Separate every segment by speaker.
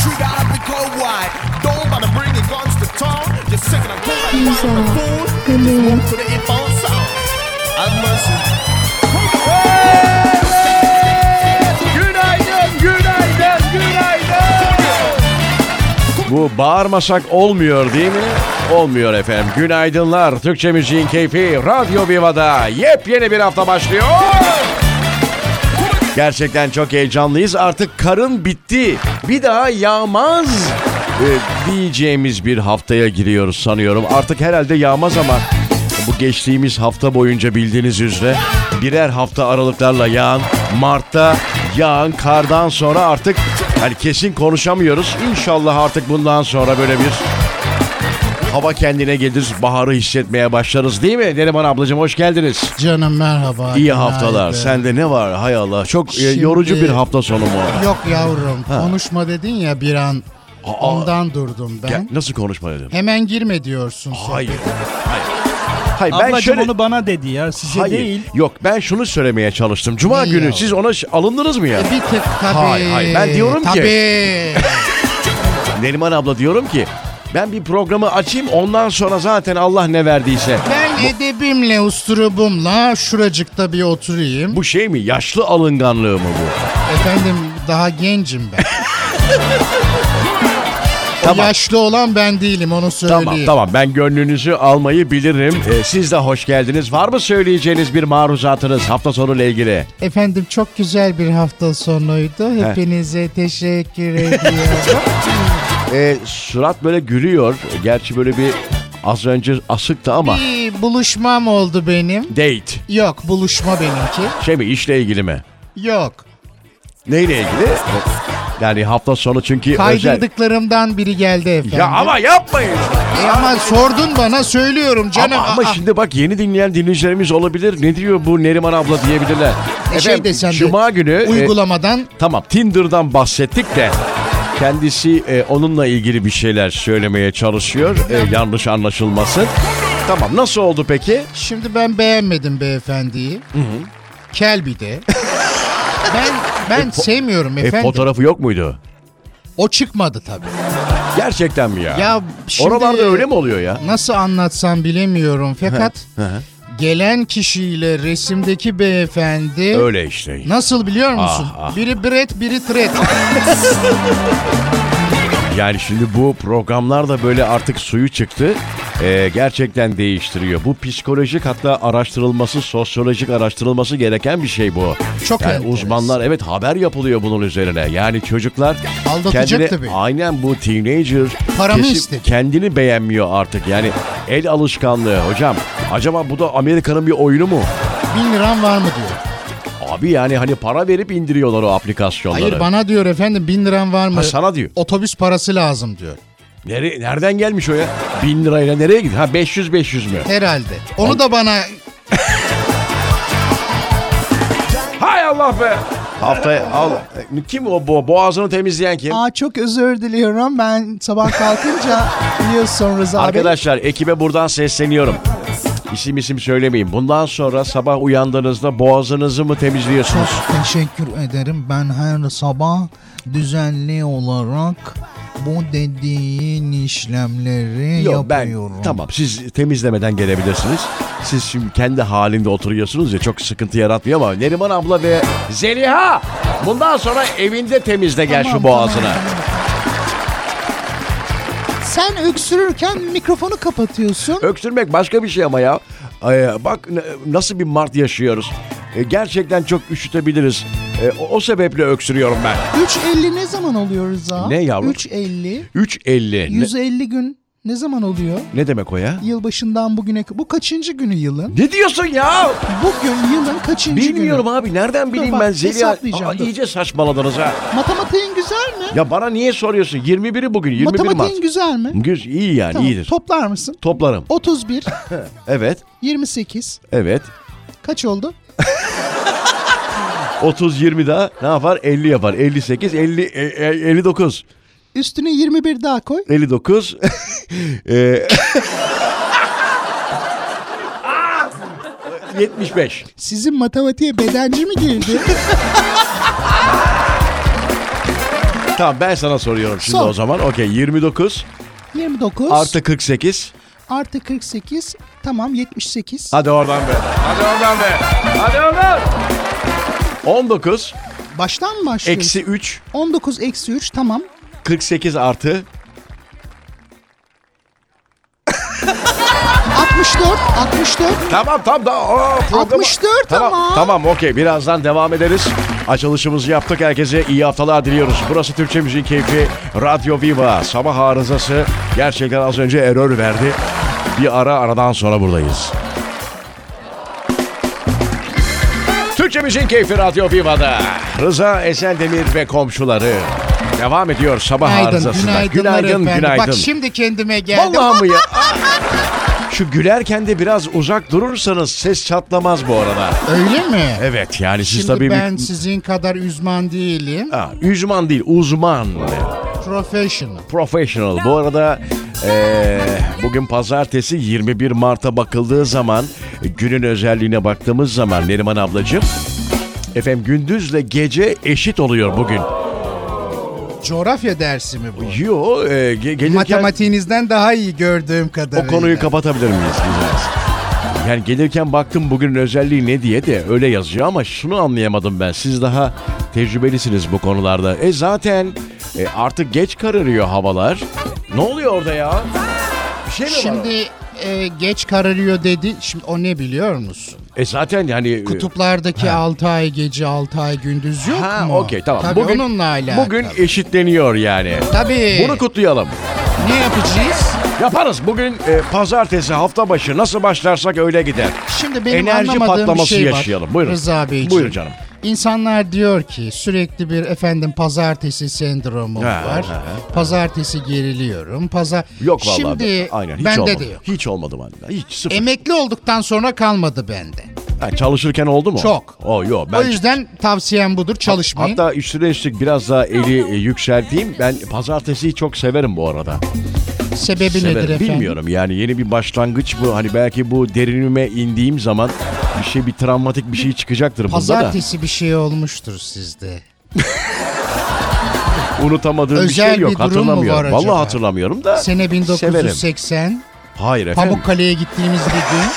Speaker 1: Shoot out of the cold wide. Don't bother bringing guns to town. Just sick and cool like a
Speaker 2: İnşallah.
Speaker 1: fool. Just
Speaker 2: Bilmiyorum.
Speaker 1: walk to the inbound sound. Have mercy.
Speaker 3: Günaydın, günaydın, günaydın.
Speaker 4: Bu bağırmasak olmuyor değil mi? Olmuyor efendim. Günaydınlar. Türkçe müziğin keyfi Radyo Viva'da yepyeni bir hafta başlıyor. Gerçekten çok heyecanlıyız. Artık karın bitti. Bir daha yağmaz ee, diyeceğimiz bir haftaya giriyoruz sanıyorum. Artık herhalde yağmaz ama bu geçtiğimiz hafta boyunca bildiğiniz üzere birer hafta aralıklarla yağan Mart'ta yağan kardan sonra artık yani kesin konuşamıyoruz. İnşallah artık bundan sonra böyle bir hava kendine gelir, baharı hissetmeye başlarız değil mi? Neriman ablacığım hoş geldiniz.
Speaker 5: Canım merhaba.
Speaker 4: İyi
Speaker 5: günaydın.
Speaker 4: haftalar. Sende ne var? Hay Allah. Çok e,
Speaker 5: Şimdi-
Speaker 4: yorucu bir hafta sonu mu?
Speaker 5: Yok yavrum konuşma dedin ya bir an ondan durdum ben.
Speaker 4: Ya, nasıl konuşma dedim?
Speaker 5: Hemen girme diyorsun.
Speaker 4: Hayır.
Speaker 5: sohbete.
Speaker 4: Hayır. Hayır ben
Speaker 6: Ablacım
Speaker 4: şöyle
Speaker 6: onu bana dedi ya size
Speaker 4: Hayır.
Speaker 6: değil.
Speaker 4: Yok ben şunu söylemeye çalıştım. Cuma
Speaker 5: İyi
Speaker 4: günü
Speaker 5: yavrum.
Speaker 4: siz ona ş- alındınız mı ya?
Speaker 5: E, Bir tık tabii.
Speaker 4: Hayır, hayır. Ben diyorum ki-
Speaker 5: Tabii.
Speaker 4: Neriman abla diyorum ki ben bir programı açayım ondan sonra zaten Allah ne verdiyse.
Speaker 5: ben edebimle usturubumla şuracıkta bir oturayım.
Speaker 4: Bu şey mi? Yaşlı alınganlığı mı bu?
Speaker 5: Efendim daha gencim ben. O
Speaker 4: Tamam.
Speaker 5: yaşlı olan ben değilim onu söyleyeyim.
Speaker 4: Tamam tamam ben gönlünüzü almayı bilirim. Ee, siz de hoş geldiniz. Var mı söyleyeceğiniz bir maruzatınız hafta sonu ile ilgili?
Speaker 5: Efendim çok güzel bir hafta sonuydu. Hepinize teşekkür ediyorum.
Speaker 4: Ee, surat böyle gülüyor. Gerçi böyle bir az önce asıktı ama.
Speaker 5: bir buluşmam oldu benim.
Speaker 4: Date.
Speaker 5: Yok buluşma benimki.
Speaker 4: Şey mi işle ilgili mi?
Speaker 5: Yok.
Speaker 4: Neyle ilgili? Yani hafta sonu çünkü özel.
Speaker 5: Kaydırdıklarımdan biri geldi efendim.
Speaker 4: Ya ama yapmayın.
Speaker 5: E ama sordun bana söylüyorum canım. ah,
Speaker 4: Ama, ama
Speaker 5: Aa,
Speaker 4: şimdi bak yeni dinleyen dinleyicilerimiz olabilir. Ne diyor bu Neriman abla diyebilirler.
Speaker 5: E şey de sen de
Speaker 4: Cuma günü e,
Speaker 5: uygulamadan
Speaker 4: tamam Tinder'dan bahsettik de kendisi e, onunla ilgili bir şeyler söylemeye çalışıyor. E, yanlış anlaşılmasın. Tamam nasıl oldu peki? E,
Speaker 5: şimdi ben beğenmedim beyefendiyi. Kel bir de. ben ben sevmiyorum
Speaker 4: E,
Speaker 5: efendim.
Speaker 4: fotoğrafı yok muydu?
Speaker 5: o çıkmadı tabii.
Speaker 4: Gerçekten mi ya?
Speaker 5: Ya şimdi
Speaker 4: Oralarda öyle mi oluyor ya?
Speaker 5: Nasıl anlatsam bilemiyorum fakat gelen kişiyle resimdeki beyefendi
Speaker 4: Öyle işte.
Speaker 5: nasıl biliyor musun?
Speaker 4: Ah, ah.
Speaker 5: Biri Brett, biri Tret.
Speaker 4: Yani şimdi bu programlar da böyle artık suyu çıktı. Ee, gerçekten değiştiriyor. Bu psikolojik hatta araştırılması, sosyolojik araştırılması gereken bir şey bu.
Speaker 5: Çok
Speaker 4: yani
Speaker 5: enteresan.
Speaker 4: uzmanlar evet haber yapılıyor bunun üzerine. Yani çocuklar
Speaker 5: Aldatacak
Speaker 4: kendini
Speaker 5: tabii.
Speaker 4: aynen bu teenager
Speaker 5: Paramı
Speaker 4: kesip
Speaker 5: istedi.
Speaker 4: kendini beğenmiyor artık. Yani el alışkanlığı hocam. Acaba bu da Amerika'nın bir oyunu mu?
Speaker 5: Bin liram var mı diyor.
Speaker 4: Abi yani hani para verip indiriyorlar o aplikasyonları.
Speaker 5: Hayır bana diyor efendim bin liram var mı?
Speaker 4: Ha, sana diyor.
Speaker 5: Otobüs parası lazım diyor.
Speaker 4: Nere- nereden gelmiş o ya? Bin lirayla nereye gidiyor? Ha 500 500 mü?
Speaker 5: Herhalde. Onu da bana
Speaker 4: Hay Allah be. Haftaya al. E, Kim o bo boğazını temizleyen kim?
Speaker 6: Aa çok özür diliyorum ben sabah kalkınca biliyorsun Rıza abi.
Speaker 4: Arkadaşlar ekibe buradan sesleniyorum. İsim isim söylemeyin. Bundan sonra sabah uyandığınızda boğazınızı mı temizliyorsunuz?
Speaker 6: teşekkür ederim ben her sabah düzenli olarak bu dediğin işlemleri
Speaker 4: Yok ben tamam siz temizlemeden gelebilirsiniz. Siz şimdi kendi halinde oturuyorsunuz ya çok sıkıntı yaratmıyor ama Neriman abla ve Zeliha bundan sonra evinde temizle gel şu boğazını.
Speaker 6: Sen öksürürken mikrofonu kapatıyorsun.
Speaker 4: Öksürmek başka bir şey ama ya. Ee, bak n- nasıl bir mart yaşıyoruz. Ee, gerçekten çok üşütebiliriz. Ee, o, o sebeple öksürüyorum ben.
Speaker 6: 3.50 ne zaman oluyor Rıza?
Speaker 4: Ne yavrum?
Speaker 6: 3.50,
Speaker 4: 3.50. Ne,
Speaker 6: 150 gün ne zaman oluyor?
Speaker 4: ne demek o ya?
Speaker 6: Yılbaşından bugüne bu kaçıncı günü yılın?
Speaker 4: Ne diyorsun ya?
Speaker 6: Bugün yılın kaçıncı
Speaker 4: Bilmiyorum abi. Nereden bileyim
Speaker 6: şey bak,
Speaker 4: ben Zeliha?
Speaker 6: hesaplayacağım,
Speaker 4: Aa,
Speaker 6: dur.
Speaker 4: iyice saçmaladınız ha.
Speaker 6: günü? Matematiğin güzel mi?
Speaker 4: Ya bana niye soruyorsun? 21'i bugün. 21 Mart.
Speaker 6: Matematiğin güzel mi?
Speaker 4: Güz iyi yani
Speaker 6: Tamam,
Speaker 4: iyidir.
Speaker 6: Toplar mısın?
Speaker 4: Toplarım.
Speaker 6: 31,
Speaker 4: Evet.
Speaker 6: 28,
Speaker 4: Evet.
Speaker 6: kaç oldu?
Speaker 4: 30 20 daha ne yapar? 50 yapar. 58 50 e, e, 59.
Speaker 6: Üstüne 21 daha koy.
Speaker 4: 59. Eee, 75.
Speaker 6: Sizin matematiğe bedenci mi girdi?
Speaker 4: Tamam ben sana soruyorum şimdi
Speaker 7: Sor.
Speaker 4: o zaman. Okey 29
Speaker 7: 29 artı,
Speaker 4: artı 48.
Speaker 7: 48 tamam 78.
Speaker 4: Hadi oradan be.
Speaker 8: Hadi oradan be. Hadi oradan.
Speaker 4: 19
Speaker 7: Baştan mı başlıyoruz?
Speaker 4: eksi 3
Speaker 7: 19 eksi 3 tamam.
Speaker 4: 48 artı
Speaker 7: 64 64
Speaker 4: Tamam tamam da o programı-
Speaker 7: 64
Speaker 4: Tamam
Speaker 7: ama.
Speaker 4: tamam okey birazdan devam ederiz. Açılışımızı yaptık herkese iyi haftalar diliyoruz. Burası Türkçe Müziğin Keyfi Radyo Viva. Sabah arızası gerçekten az önce error verdi. Bir ara aradan sonra buradayız. Türkçe Müziğin Keyfi Radyo Viva'da. Rıza Esendemir ve komşuları. Devam ediyor sabah
Speaker 6: Günaydın,
Speaker 4: arızasında.
Speaker 6: günaydınlar
Speaker 4: günaydın.
Speaker 6: efendim.
Speaker 4: günaydın.
Speaker 6: Bak şimdi kendime geldim.
Speaker 4: Vallahi mı ya? Şu gülerken de biraz uzak durursanız ses çatlamaz bu arada.
Speaker 6: Öyle mi?
Speaker 4: Evet yani siz
Speaker 6: Şimdi
Speaker 4: tabii bir-
Speaker 6: ben sizin kadar uzman değilim.
Speaker 4: Ha, uzman değil uzman.
Speaker 6: Professional.
Speaker 4: Professional. Bu arada eee, bugün pazartesi 21 Mart'a bakıldığı zaman günün özelliğine baktığımız zaman Neriman ablacığım efendim gündüzle gece eşit oluyor bugün.
Speaker 6: Coğrafya dersi mi bu?
Speaker 4: Yo eee, ge- gelirken
Speaker 6: Matematiğinizden daha iyi gördüğüm
Speaker 4: o
Speaker 6: kadarıyla.
Speaker 4: konuyu kapatabilir miyiz? Güzel. Yani gelirken baktım bugünün özelliği ne diye de öyle yazıyor ama şunu anlayamadım ben. Siz daha tecrübelisiniz bu konularda. E zaten e, artık geç kararıyor havalar. Ne oluyor orada ya? Bir şey mi var?
Speaker 6: Şimdi e, geç kararıyor dedi. Şimdi o ne biliyor musun?
Speaker 4: E zaten yani...
Speaker 6: Kutuplardaki 6 ay gece 6 ay gündüz yok
Speaker 4: Ha
Speaker 6: mu?
Speaker 4: okey tamam.
Speaker 6: Tabii onunla alakalı.
Speaker 4: Bugün eşitleniyor yani.
Speaker 6: Tabii.
Speaker 4: Bunu kutlayalım.
Speaker 6: ne yapacağız?
Speaker 4: Yaparız. Bugün e, pazartesi hafta başı nasıl başlarsak öyle gider.
Speaker 6: Şimdi benim
Speaker 4: Enerji
Speaker 6: anlamadığım bir
Speaker 4: patlaması
Speaker 6: şey var.
Speaker 4: yaşayalım. Buyurun.
Speaker 6: Rıza Beyciğim.
Speaker 4: Buyur canım.
Speaker 6: İnsanlar diyor ki sürekli bir efendim pazartesi sendromu
Speaker 4: Ha,
Speaker 6: var.
Speaker 4: ha,
Speaker 6: pazartesi geriliyorum. Pazar
Speaker 4: Yok vallahi.
Speaker 6: Şimdi
Speaker 4: Aynen, hiç
Speaker 6: bende
Speaker 4: olmadı.
Speaker 6: de yok.
Speaker 4: Hiç olmadı bende. Hiç sıfır.
Speaker 6: Emekli olduktan sonra kalmadı bende.
Speaker 4: Ha, çalışırken oldu mu?
Speaker 6: Çok.
Speaker 4: O yok.
Speaker 6: o
Speaker 4: Ben
Speaker 6: yüzden tavsiyem budur çalışmayın.
Speaker 4: Hatta üstüne üstlük biraz daha eli e, yükselteyim. Ben pazartesiyi çok severim bu arada.
Speaker 6: Sebebi nedir
Speaker 4: Severim.
Speaker 6: efendim?
Speaker 4: Bilmiyorum yani yeni bir başlangıç bu. Hani belki bu derinime indiğim zaman bir şey bir travmatik bir şey çıkacaktır bunda da.
Speaker 6: Pazartesi bir şey olmuştur sizde.
Speaker 4: Unutamadığım bir
Speaker 6: özel
Speaker 4: şey yok.
Speaker 6: bir durum mu
Speaker 4: hatırlamıyorum.
Speaker 6: var
Speaker 4: Vallahi
Speaker 6: acaba?
Speaker 4: hatırlamıyorum da.
Speaker 6: Sene
Speaker 4: Severim.
Speaker 6: 1980
Speaker 4: Hayır efendim.
Speaker 6: Pamukkale'ye gittiğimiz bir gün.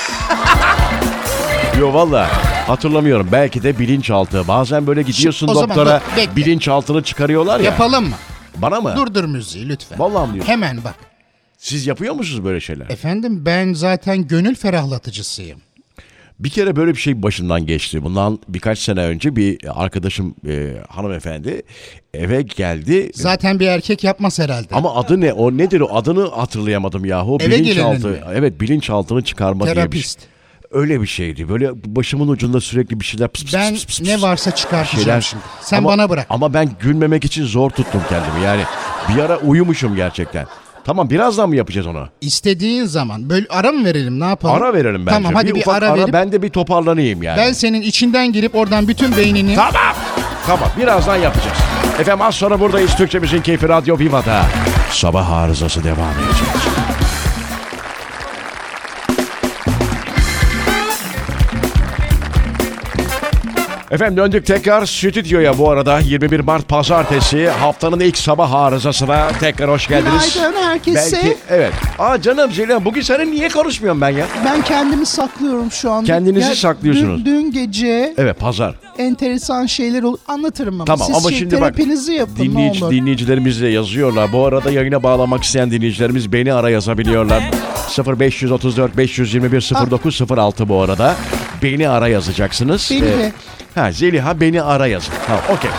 Speaker 4: Yo valla hatırlamıyorum. Belki de bilinçaltı. Bazen böyle gidiyorsun
Speaker 6: o zaman
Speaker 4: doktora
Speaker 6: dur, bekle.
Speaker 4: bilinçaltını çıkarıyorlar ya.
Speaker 6: Yapalım mı?
Speaker 4: Bana mı?
Speaker 6: Durdur müziği lütfen.
Speaker 4: Vallahi mi diyorsun?
Speaker 6: Hemen bak.
Speaker 4: Siz yapıyor musunuz böyle şeyler?
Speaker 6: Efendim ben zaten gönül ferahlatıcısıyım.
Speaker 4: Bir kere böyle bir şey başından geçti. Bundan birkaç sene önce bir arkadaşım e, hanımefendi eve geldi.
Speaker 6: Zaten bir erkek yapmaz herhalde.
Speaker 4: Ama adı ne? O nedir o? Adını hatırlayamadım yahu.
Speaker 6: Eve
Speaker 4: bilinçaltı.
Speaker 6: gelenin mi?
Speaker 4: Evet bilinçaltını çıkarma diye bir
Speaker 6: Terapist.
Speaker 4: şey. Öyle bir şeydi. Böyle başımın ucunda sürekli bir şeyler pıs pıs
Speaker 6: Ben
Speaker 4: pıs pıs pıs
Speaker 6: ne varsa çıkartacağım
Speaker 4: şeyler-
Speaker 6: şimdi. Sen
Speaker 4: Ama-
Speaker 6: bana bırak.
Speaker 4: Ama ben gülmemek için zor tuttum kendimi. Yani bir ara uyumuşum gerçekten. Tamam birazdan mı yapacağız onu?
Speaker 6: İstediğin zaman. Böyle ara mı verelim ne yapalım?
Speaker 4: Ara verelim bence.
Speaker 6: Tamam hadi bir,
Speaker 4: ufak
Speaker 6: ara, verip ben...
Speaker 4: Ben de bir toparlanayım yani.
Speaker 6: senin içinden girip oradan bütün beynini...
Speaker 4: Tamam. Tamam birazdan yapacağız. Efendim az sonra buradayız. Türkçemizin keyfi Radyo Viva'da. Sabah arızası devam edecek. Efendim döndük tekrar stüdyoya bu arada 21 Mart Pazartesi haftanın ilk sabah arızasına tekrar hoş geldiniz.
Speaker 7: Günaydın herkese.
Speaker 4: Belki evet. Aa canım Ceylan bugün senin niye konuşmuyorum ben ya?
Speaker 7: Ben kendimi saklıyorum şu an.
Speaker 4: Kendinizi
Speaker 7: Dün,
Speaker 4: saklıyorsunuz.
Speaker 7: dün gece
Speaker 4: Evet pazar.
Speaker 7: enteresan şeyler ol anlatırım ama
Speaker 4: Tamam
Speaker 7: siz
Speaker 4: ama
Speaker 7: şey,
Speaker 4: şimdi bak
Speaker 7: terapinizi yapın
Speaker 4: dinleyici,
Speaker 7: ne olur.
Speaker 4: dinleyicilerimiz de yazıyorlar. Bu arada yayına bağlamak isteyen dinleyicilerimiz beni ara yazabiliyorlar. 0534 521 0906 bu arada. Beni ara yazacaksınız. Ee,
Speaker 7: Beni de.
Speaker 4: ha, Zeliha beni ara yazın. Tamam okey.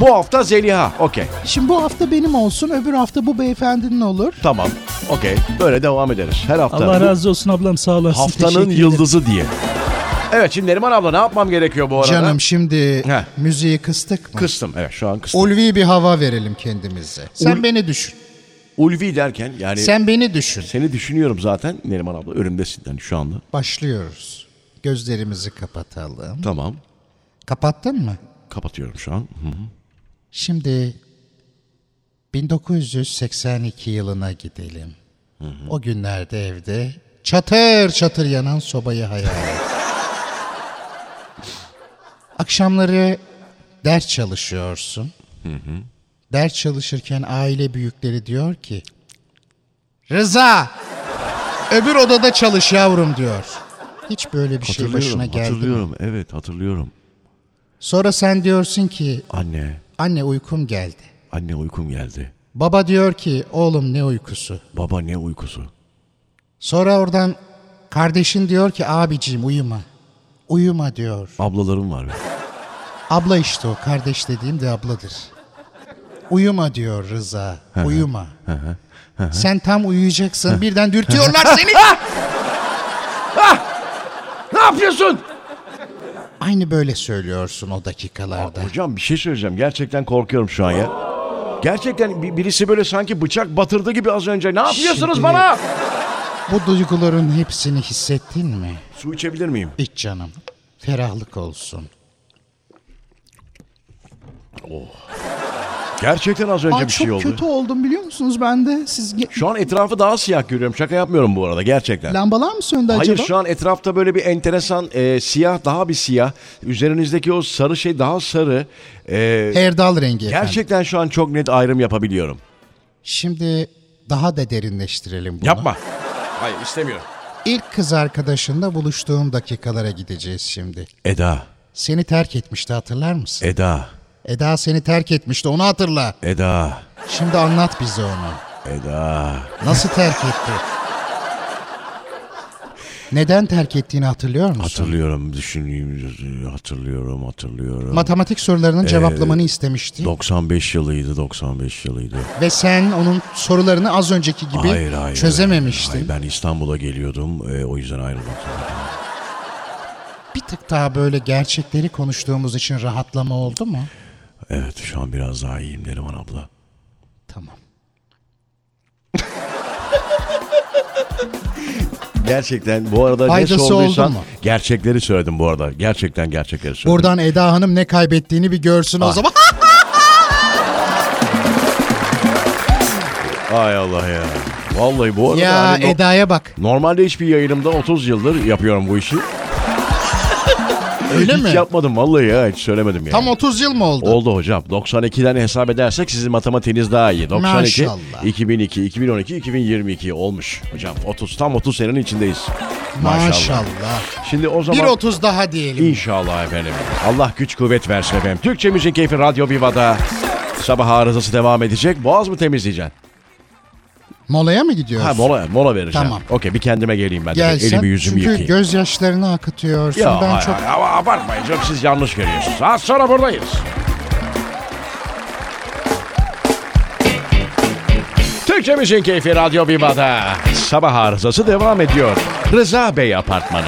Speaker 4: Bu hafta Zeliha. Okey.
Speaker 7: Şimdi bu hafta benim olsun öbür hafta bu beyefendinin olur.
Speaker 4: Tamam. Okey. Böyle devam ederiz. Her hafta.
Speaker 9: Allah
Speaker 4: Bu
Speaker 9: razı olsun ablam sağ olasın. Teşekkür
Speaker 4: Haftanın
Speaker 9: ederim.
Speaker 4: yıldızı diye. Evet şimdi Neriman abla ne yapmam gerekiyor bu arada?
Speaker 6: Canım şimdi
Speaker 4: Heh.
Speaker 6: müziği kıstık mı?
Speaker 4: Kıstım. Evet şu an kıstım.
Speaker 6: Ulvi bir hava verelim kendimize. Sen beni düşün.
Speaker 4: Ulvi derken yani
Speaker 6: Sen beni düşün.
Speaker 4: seni düşünüyorum zaten Neriman abla. Önümdesin yani şu anda.
Speaker 6: Başlıyoruz. Gözlerimizi kapatalım.
Speaker 4: Tamam.
Speaker 6: Kapattın mı?
Speaker 4: Kapatıyorum şu an.
Speaker 6: Şimdi 1982 yılına gidelim. O günlerde evde çatır çatır yanan sobayı hayal et. Akşamları ders çalışıyorsun. Ders çalışırken aile büyükleri diyor ki Rıza öbür odada çalış yavrum diyor. Hiç böyle bir şey başına geldi. mi?
Speaker 4: hatırlıyorum. Evet, hatırlıyorum.
Speaker 6: Sonra sen diyorsun ki
Speaker 4: Anne,
Speaker 6: anne uykum geldi.
Speaker 4: anne uykum geldi.
Speaker 6: Baba diyor ki oğlum ne uykusu.
Speaker 4: Baba ne uykusu?
Speaker 6: Sonra oradan kardeşin diyor ki abicim uyuma. Uyuma diyor.
Speaker 4: Ablalarım var.
Speaker 6: Abla işte o. Kardeş dediğim de abladır. Uyuma diyor Rıza. Uyuma. Sen tam uyuyacaksın. Birden dürtüyorlar seni.
Speaker 4: ne yapıyorsun?
Speaker 6: Aynı böyle söylüyorsun o dakikalarda.
Speaker 4: Hocam bir şey söyleyeceğim. Gerçekten korkuyorum şu an ya. Gerçekten bi- birisi böyle sanki bıçak batırdı gibi az önce. Ne yapıyorsunuz
Speaker 6: Şimdi-
Speaker 4: bana?
Speaker 6: Bu duyguların hepsini hissettin mi?
Speaker 4: Su içebilir miyim?
Speaker 6: İç canım. Ferahlık olsun.
Speaker 4: Gerçekten az önce
Speaker 10: Ay,
Speaker 4: bir
Speaker 10: çok
Speaker 4: şey oldu.
Speaker 10: kötü oldum biliyor musunuz ben de. Siz ge-
Speaker 4: Şu an etrafı daha siyah görüyorum. Şaka yapmıyorum bu arada gerçekten.
Speaker 10: lambalar mı söndü
Speaker 4: Hayır
Speaker 10: acaba?
Speaker 4: şu an etrafta böyle bir enteresan e, siyah daha bir siyah. Üzerinizdeki o sarı şey daha sarı. E,
Speaker 6: Erdal rengi efendim.
Speaker 4: gerçekten şu an çok net ayrım yapabiliyorum.
Speaker 6: Şimdi daha da derinleştirelim bunu.
Speaker 4: Yapma. Hayır istemiyorum.
Speaker 6: İlk kız arkadaşınla buluştuğum dakikalara gideceğiz şimdi.
Speaker 4: Eda,
Speaker 6: Seni terk etmişti hatırlar mısın?
Speaker 4: Eda,
Speaker 6: Eda seni terk etmişti onu hatırla.
Speaker 4: Eda,
Speaker 6: Şimdi anlat bize onu.
Speaker 4: Eda.
Speaker 6: Nasıl terk etti? Neden terk ettiğini hatırlıyor musun?
Speaker 4: Hatırlıyorum, düşüneyim, hatırlıyorum, hatırlıyorum.
Speaker 6: Matematik
Speaker 4: Ee,
Speaker 6: sorularının cevaplamanı istemişti
Speaker 4: 95 yılıydı, 95 yılıydı.
Speaker 6: ve sen onun sorularını az önceki gibi
Speaker 4: hayır, hayır.
Speaker 6: çözememiştin.
Speaker 4: Hayır, ben İstanbul'a geliyordum, e, o yüzden ayrılmak zorunda.
Speaker 6: Bir tık daha böyle gerçekleri konuştuğumuz için rahatlama oldu mu?
Speaker 4: Evet, şu an biraz daha iyiyim Neriman abla.
Speaker 6: Tamam.
Speaker 4: Gerçekten bu arada
Speaker 6: Faydası
Speaker 4: ne
Speaker 6: oldu
Speaker 4: sorduysan
Speaker 6: mu?
Speaker 4: gerçekleri söyledim bu arada. Gerçekten gerçekleri söyledim.
Speaker 6: Buradan Eda Hanım ne kaybettiğini bir görsün
Speaker 4: Ah,
Speaker 6: o zaman.
Speaker 4: Ay Allah ya. Vallahi bu arada
Speaker 6: ya
Speaker 4: hani no-
Speaker 6: Eda'ya bak.
Speaker 4: normalde hiçbir yayınımda 30 yıldır yapıyorum bu işi.
Speaker 6: Öyle
Speaker 4: hiç
Speaker 6: mi?
Speaker 4: yapmadım vallahi ya hiç söylemedim yani.
Speaker 6: Tam 30 yıl mı oldu?
Speaker 4: Oldu hocam. 92'den hesap edersek sizin matematiğiniz daha iyi. 92,
Speaker 6: Maşallah.
Speaker 4: 2002, 2012, 2022 olmuş hocam. 30 tam 30 senenin içindeyiz.
Speaker 6: Maşallah.
Speaker 4: Şimdi o
Speaker 6: Bir
Speaker 4: zaman
Speaker 6: 30 daha diyelim.
Speaker 4: İnşallah efendim. Allah güç kuvvet versin efendim. Türkçe Müzik Keyfi Radyo Viva'da sabah arızası devam edecek. Boğaz mı temizleyeceksin?
Speaker 6: Molaya mı gidiyoruz?
Speaker 4: Ha mola, mola vereceğim.
Speaker 6: Tamam.
Speaker 4: Okey bir kendime geleyim ben. de.
Speaker 6: Gel sen.
Speaker 4: Elimi yüzümü
Speaker 6: Çünkü
Speaker 4: yıkayayım.
Speaker 6: gözyaşlarını akıtıyorsun.
Speaker 4: Ya
Speaker 6: ben
Speaker 4: hayır,
Speaker 6: çok
Speaker 4: hayır, ama abartmayın canım siz yanlış görüyorsunuz. Az sonra buradayız. Türkçe Müzik Keyfi Radyo Viva'da sabah arızası devam ediyor. Rıza Bey Apartmanı.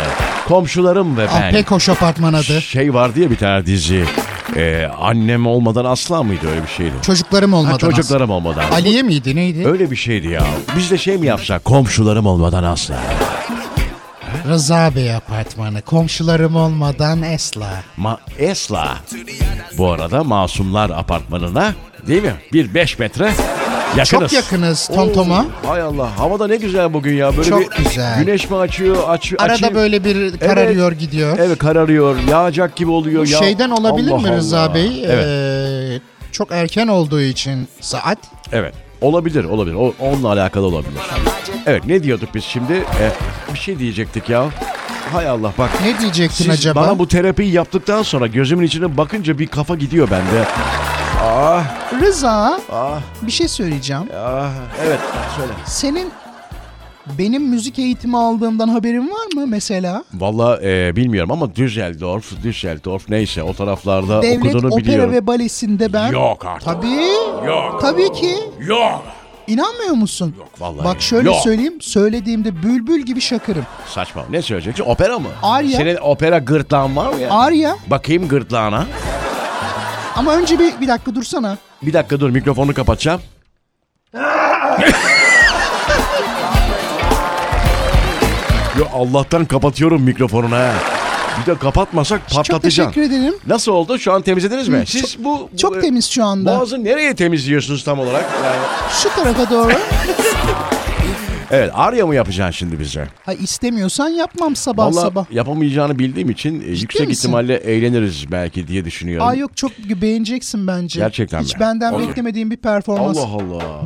Speaker 4: Komşularım ve ben.
Speaker 6: Ah, pek hoş apartman adı.
Speaker 4: Şey vardı ya bir tane dizi. Ee, annem olmadan aslan mıydı öyle bir şeydi?
Speaker 6: Çocuklarım olmadan
Speaker 4: Ha,
Speaker 6: aslında.
Speaker 4: çocuklarım olmadan.
Speaker 6: Aliye miydi neydi?
Speaker 4: Öyle bir şeydi ya. Biz de şey mi yapsak? Komşularım olmadan asla.
Speaker 6: Rıza Bey apartmanı. Komşularım olmadan esla.
Speaker 4: Ma Esla. Bu arada Masumlar Apartmanı'na değil mi? Bir 5 metre yakınız.
Speaker 6: Çok yakınız Tomtom'a.
Speaker 4: Oo, Hay Allah havada ne güzel bugün ya. Böyle
Speaker 6: Çok
Speaker 4: bir
Speaker 6: güzel.
Speaker 4: Güneş mi açıyor? açıyor
Speaker 6: Arada
Speaker 4: açıyor.
Speaker 6: böyle bir kararıyor gidiyor.
Speaker 4: Evet kararıyor. Yağacak gibi oluyor.
Speaker 6: Bu
Speaker 4: ya.
Speaker 6: Şeyden olabilir
Speaker 4: Allah
Speaker 6: mi Rıza
Speaker 4: Allah.
Speaker 6: Bey?
Speaker 4: Evet.
Speaker 6: Ee, çok erken olduğu için saat.
Speaker 4: Evet. Olabilir, olabilir. O, onunla alakalı olabilir. Evet, ne diyorduk biz şimdi? E, bir şey diyecektik ya. Hay Allah bak.
Speaker 6: Ne diyecektin
Speaker 4: Siz
Speaker 6: acaba?
Speaker 4: bana bu terapiyi yaptıktan sonra gözümün içine bakınca bir kafa gidiyor bende.
Speaker 10: Rıza bir şey söyleyeceğim.
Speaker 4: Ah, evet, söyle.
Speaker 10: Senin benim müzik eğitimi aldığımdan haberin var mı mesela?
Speaker 4: Valla e, bilmiyorum ama Düsseldorf, Düsseldorf neyse o taraflarda
Speaker 10: Devlet
Speaker 4: okuduğunu
Speaker 10: Opera
Speaker 4: biliyorum.
Speaker 10: ve Balesi'nde ben.
Speaker 4: Yok artık.
Speaker 10: Tabii.
Speaker 4: Yok.
Speaker 10: Tabii ki.
Speaker 4: Yok.
Speaker 10: İnanmıyor musun?
Speaker 4: Yok, vallahi
Speaker 10: Bak şöyle
Speaker 4: yok.
Speaker 10: söyleyeyim. Söylediğimde bülbül gibi şakırım.
Speaker 4: Saçma. Ne söyleyeceksin? Opera mı?
Speaker 10: Arya.
Speaker 4: Senin opera gırtlağın var mı ya?
Speaker 10: Arya.
Speaker 4: Bakayım gırtlağına.
Speaker 10: Ama önce bir, bir dakika dursana.
Speaker 4: Bir dakika dur mikrofonu kapatacağım. Yo Allah'tan kapatıyorum mikrofonunu ha. Bir de kapatmasak
Speaker 10: Çok
Speaker 4: patlatacağım.
Speaker 10: teşekkür ederim.
Speaker 4: Nasıl oldu? Şu an temizlediniz mi?
Speaker 10: Hı,
Speaker 4: Siz
Speaker 10: çok-
Speaker 4: bu, bu-
Speaker 10: Çok temiz şu anda.
Speaker 4: Boğazı nereye temizliyorsunuz tam olarak? Yani
Speaker 10: Şu tarafa doğru.
Speaker 4: Evet Arya mı yapacaksın şimdi bize?
Speaker 6: Ha, istemiyorsan yapmam sabah
Speaker 4: Vallahi
Speaker 6: sabah.
Speaker 4: yapamayacağını bildiğim için e, yüksek
Speaker 6: misin?
Speaker 4: ihtimalle eğleniriz belki diye düşünüyorum.
Speaker 6: Aa yok çok beğeneceksin bence.
Speaker 4: Gerçekten
Speaker 6: Hiç
Speaker 4: mi?
Speaker 6: benden
Speaker 4: Olur.
Speaker 6: beklemediğim bir performans.
Speaker 4: Allah Allah.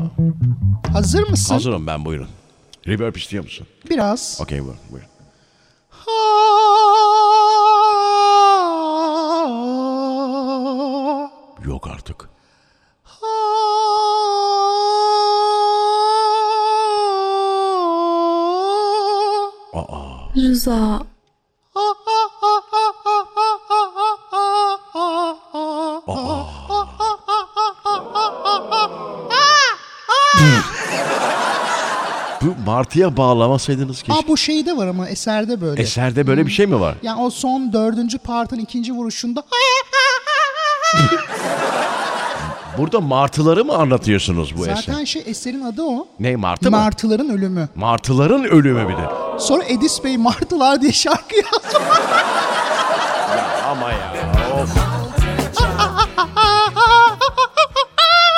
Speaker 6: Hazır mısın?
Speaker 4: Hazırım ben buyurun. Reverb istiyor musun?
Speaker 6: Biraz.
Speaker 4: Okey buyurun. buyurun. Yok artık.
Speaker 2: Rıza,
Speaker 4: Bu martıya bağlamasaydınız keşke.
Speaker 6: Aa bu şeyde var ama eserde böyle.
Speaker 4: Eserde böyle bir şey mi var?
Speaker 6: yani o son dördüncü partın ikinci vuruşunda
Speaker 4: Burada martıları mı anlatıyorsunuz bu eser?
Speaker 6: zaten şey eserin adı o.
Speaker 4: Ne martı mı?
Speaker 6: Martıların ölümü.
Speaker 4: Martıların ölümü bir de.
Speaker 6: Sonra Edis Bey Martılar diye şarkı yazdı.
Speaker 4: Ama ya. of.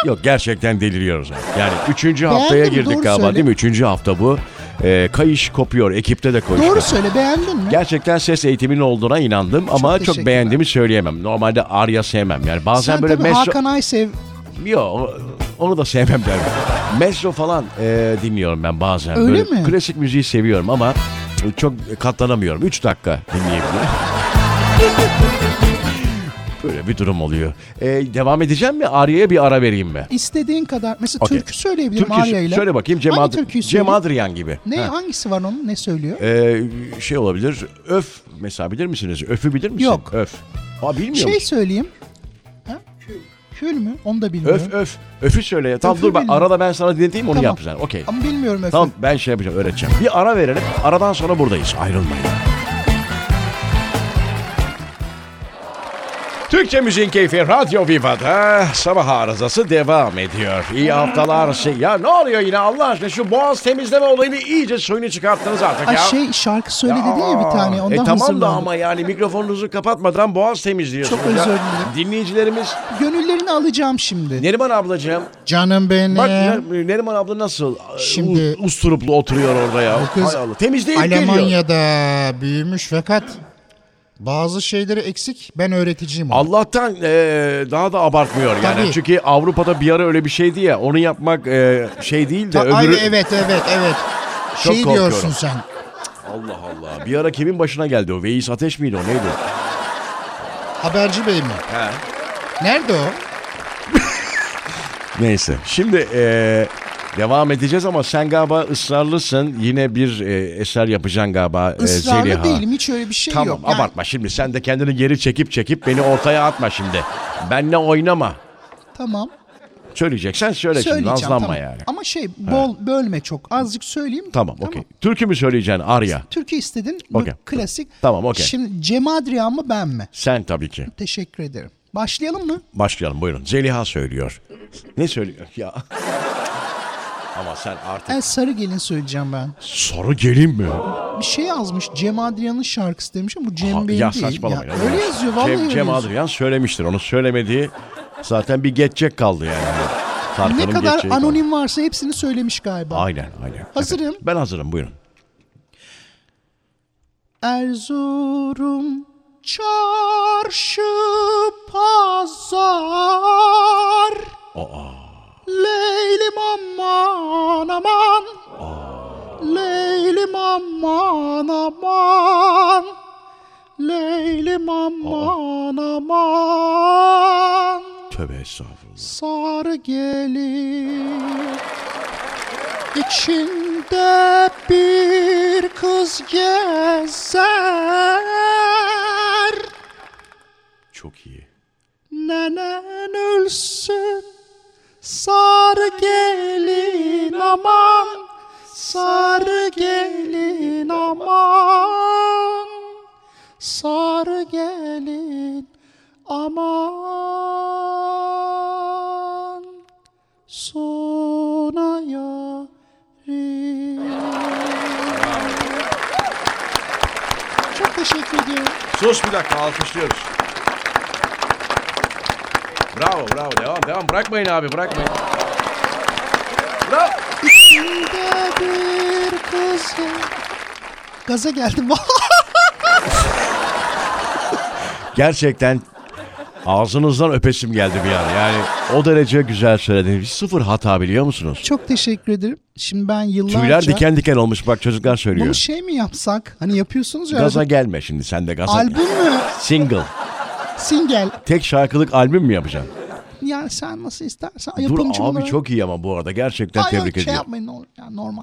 Speaker 4: Yok gerçekten deliriyoruz. abi. Yani üçüncü haftaya
Speaker 6: Beğendim,
Speaker 4: girdik
Speaker 6: doğru
Speaker 4: galiba
Speaker 6: söyle.
Speaker 4: değil mi? Üçüncü hafta bu. Ee, kayış kopuyor. Ekipte de kopuyor.
Speaker 6: Doğru söyle beğendin mi?
Speaker 4: Gerçekten ses eğitiminin olduğuna inandım ama çok,
Speaker 6: teşekkürler.
Speaker 4: beğendiğimi söyleyemem. Normalde Arya sevmem. Yani bazen
Speaker 6: Sen
Speaker 4: böyle
Speaker 6: tabii
Speaker 4: meso...
Speaker 6: Hakan Aysev
Speaker 4: Yo, onu da sevmem ben. Mesro falan e, dinliyorum ben bazen.
Speaker 6: Öyle
Speaker 4: Böyle
Speaker 6: mi?
Speaker 4: Klasik müziği seviyorum ama çok katlanamıyorum. 3 dakika dinleyebilirim. Böyle bir durum oluyor. E, devam edeceğim mi? Arya'ya bir ara vereyim mi?
Speaker 6: istediğin kadar. Mesela
Speaker 4: Okey.
Speaker 6: türkü söyleyebilirim
Speaker 4: Türkü
Speaker 6: Arya ile.
Speaker 4: söyle bakayım Cem,
Speaker 6: Hangi
Speaker 4: Ad-
Speaker 6: türküyü
Speaker 4: Cem
Speaker 6: söyleyeyim?
Speaker 4: Adrian gibi.
Speaker 6: Ne
Speaker 4: Ha.
Speaker 6: hangisi var onun ne söylüyor?
Speaker 4: E, şey olabilir. Öf mesela bilir misiniz? Öfü bilir misin?
Speaker 6: Yok.
Speaker 4: Öf. Aa, bilmiyor
Speaker 6: şey
Speaker 4: musun?
Speaker 6: söyleyeyim. Ha? Kül mü? Onu da bilmiyorum.
Speaker 4: Öf öf. Öfü söyle ya. Tamam
Speaker 6: Öfü
Speaker 4: dur bak
Speaker 6: bilmiyorum.
Speaker 4: arada ben sana dinleteyim onu
Speaker 6: Tamam.
Speaker 4: yapacaksın. Okey.
Speaker 6: Ama bilmiyorum efendim.
Speaker 4: Tamam ben şey yapacağım öğreteceğim. Bir ara verelim. Aradan sonra buradayız. Ayrılmayın. Türkçe Müziğin Keyfi Radyo Viva'da sabah arızası devam ediyor. İyi haftalar. Şey, ya ne oluyor yine Allah aşkına şu boğaz temizleme olayını iyice suyunu çıkarttınız artık
Speaker 6: Ay
Speaker 4: ya.
Speaker 6: şey şarkı söyle dedi ya bir tane. Ondan
Speaker 4: e tamam da
Speaker 6: hazırlandım.
Speaker 4: ama yani mikrofonunuzu kapatmadan boğaz temizliyorsunuz.
Speaker 6: Çok özür
Speaker 4: ya.
Speaker 6: dilerim.
Speaker 4: Dinleyicilerimiz
Speaker 6: Gönüllerini alacağım şimdi.
Speaker 4: Neriman ablacığım
Speaker 5: Canım benim.
Speaker 6: Ee,
Speaker 4: Bak Ner- Neriman abla nasıl
Speaker 5: Şimdi-
Speaker 4: Şimdi, usturuplu oturuyor orada ya.
Speaker 5: Bu kız
Speaker 4: Hay Allah. Temizleyip geliyor.
Speaker 5: Almanya'da büyümüş fakat bazı şeyleri eksik. Ben öğreticiyim. ona.
Speaker 4: Allah'tan eee, daha da abartmıyor yani.
Speaker 5: Tabii.
Speaker 4: Çünkü Avrupa'da bir ara öyle bir şeydi ya. Onu yapmak eee, şey değil de
Speaker 5: Ta-
Speaker 4: öbürü...
Speaker 5: Ay, evet evet evet.
Speaker 4: Çok
Speaker 5: şey
Speaker 4: korkuyorum.
Speaker 5: diyorsun sen.
Speaker 4: Allah Allah. Bir ara kimin başına geldi o? Veys Ateş miydi o? Neydi?
Speaker 5: Haberci bey mi? Nerede o?
Speaker 4: Neyse. Şimdi eee, devam edeceğiz ama sen galiba ısrarlısın. Yine bir eee, eser yapacaksın galiba eee,
Speaker 6: Israrlı
Speaker 4: E, Zeliha.
Speaker 6: değilim hiç öyle bir şey
Speaker 4: Tamam
Speaker 6: yok. Yani
Speaker 4: abartma şimdi. Sen de kendini geri çekip çekip beni ortaya atma şimdi. Benle oynama.
Speaker 6: Tamam.
Speaker 4: Söyleyeceksen söyle şimdi
Speaker 6: Söyleyeceğim
Speaker 4: nazlanma
Speaker 6: tamam.
Speaker 4: yani.
Speaker 6: Ama şey bol bölme çok. Azıcık söyleyeyim.
Speaker 4: Tamam okey. Türkü mü söyleyeceksin Arya?
Speaker 6: Türkü istedin.
Speaker 4: Okey.
Speaker 6: Bu klasik.
Speaker 4: Tamam, okey.
Speaker 6: Şimdi Cem Adrian mı ben mi?
Speaker 4: Sen tabii ki.
Speaker 6: Teşekkür ederim. Başlayalım mı?
Speaker 4: Başlayalım buyurun. Zeliha söylüyor. Ne söylüyor ya? Ama sen artık
Speaker 6: El Sarı Gelin söyleyeceğim ben.
Speaker 4: soru gelin mi?
Speaker 6: Bir şey yazmış. Cem Adrian'ın şarkısı demiş ama bu Cem
Speaker 4: Ha,
Speaker 6: Bey'in
Speaker 4: ya
Speaker 6: değil.
Speaker 4: saçmalama.
Speaker 6: Ya,
Speaker 4: ya.
Speaker 6: öyle yazıyor. Vallahi
Speaker 4: Cem,
Speaker 6: öyle
Speaker 4: Cem
Speaker 6: yazıyor.
Speaker 4: Adrian söylemiştir. Onu söylemediği zaten bir geçecek kaldı yani. Hani Tarkan'ın
Speaker 6: Ne kadar
Speaker 4: geçeceği kaldı.
Speaker 6: anonim varsa hepsini söylemiş galiba.
Speaker 4: Aynen aynen.
Speaker 6: Hazırım.
Speaker 4: Evet, ben hazırım buyurun.
Speaker 6: Erzurum çarşı pazar Leylim aman aman Leylim aman aman Leylim aman aman
Speaker 4: Tövbe estağfurullah.
Speaker 6: Sarı gelir içinde bir kız gezer
Speaker 4: Çok iyi.
Speaker 6: Nenen ölsün sarı gelin aman Sarı gelin aman Sarı gelin aman Sona yarim Çok teşekkür ediyorum.
Speaker 4: Sus bir dakika alkışlıyoruz. Bravo bravo devam devam bırakmayın abi bırakmayın. Bravo.
Speaker 6: Gözünde bir kuzu. Gaza geldim.
Speaker 4: Gerçekten ağzınızdan öpesim geldi bir an. Yani o derece güzel söylediniz. Sıfır hata biliyor musunuz?
Speaker 6: Çok teşekkür ederim. Şimdi ben yıllarca...
Speaker 4: Tüyler diken diken olmuş bak çocuklar
Speaker 6: Bunu
Speaker 4: söylüyor.
Speaker 6: şey mi yapsak? Hani yapıyorsunuz ya.
Speaker 4: Gaza
Speaker 6: arada.
Speaker 4: gelme şimdi sen de gaza.
Speaker 6: Albüm mü?
Speaker 4: Single.
Speaker 6: Single.
Speaker 4: Tek şarkılık albüm mü yapacaksın?
Speaker 6: Yani sen nasıl istersen.
Speaker 4: Dur
Speaker 6: Yapımcı
Speaker 4: abi
Speaker 6: olarak-
Speaker 4: çok iyi ama bu arada gerçekten
Speaker 6: Ay, yok,
Speaker 4: tebrik
Speaker 6: şey
Speaker 4: ediyorum.
Speaker 6: yapmayın ne olur. Ya, normal.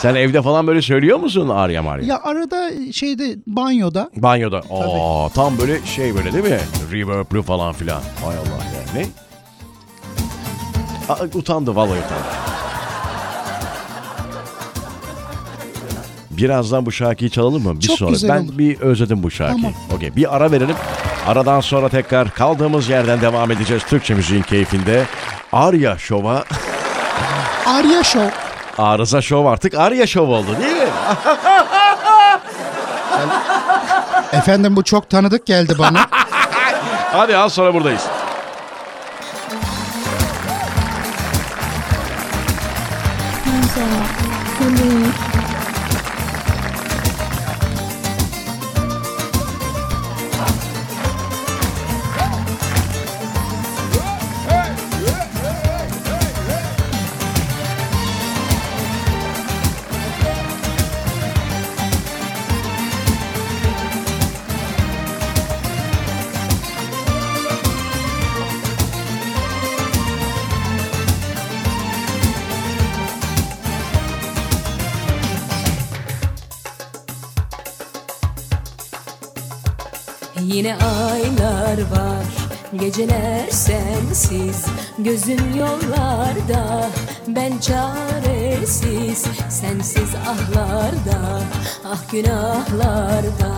Speaker 4: Sen evde falan böyle söylüyor musun Arya Marya?
Speaker 6: ya arada şeyde banyoda
Speaker 4: Banyoda. Aa, tam böyle şey böyle değil mi? Reverb'lü falan filan. Hay Allah ya. Ne? Aa, utandı vallahi utandı. Birazdan bu şarkıyı çalalım mı? Bir
Speaker 6: Çok
Speaker 4: sonra.
Speaker 6: güzel
Speaker 4: ben
Speaker 6: olur.
Speaker 4: bir özledim bu şarkıyı.
Speaker 6: Tamam.
Speaker 4: Okey. Bir ara verelim. Aradan sonra tekrar kaldığımız yerden devam edeceğiz. Türkçe müziğin keyfinde. Arya Şov'a
Speaker 6: Arya Show.
Speaker 4: Arıza Şov artık Arya Şov oldu değil mi?
Speaker 5: Efendim bu çok tanıdık geldi bana.
Speaker 4: Hadi az sonra buradayız.
Speaker 2: Yine aylar var Geceler sensiz Gözüm yollarda Ben çaresiz Sensiz ahlarda Ah günahlarda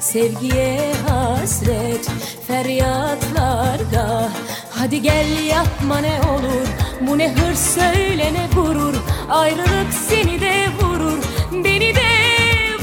Speaker 2: Sevgiye hasret Feryatlarda Hadi gel yapma ne olur Bu ne hırs söyle ne gurur Ayrılık seni de vurur Beni de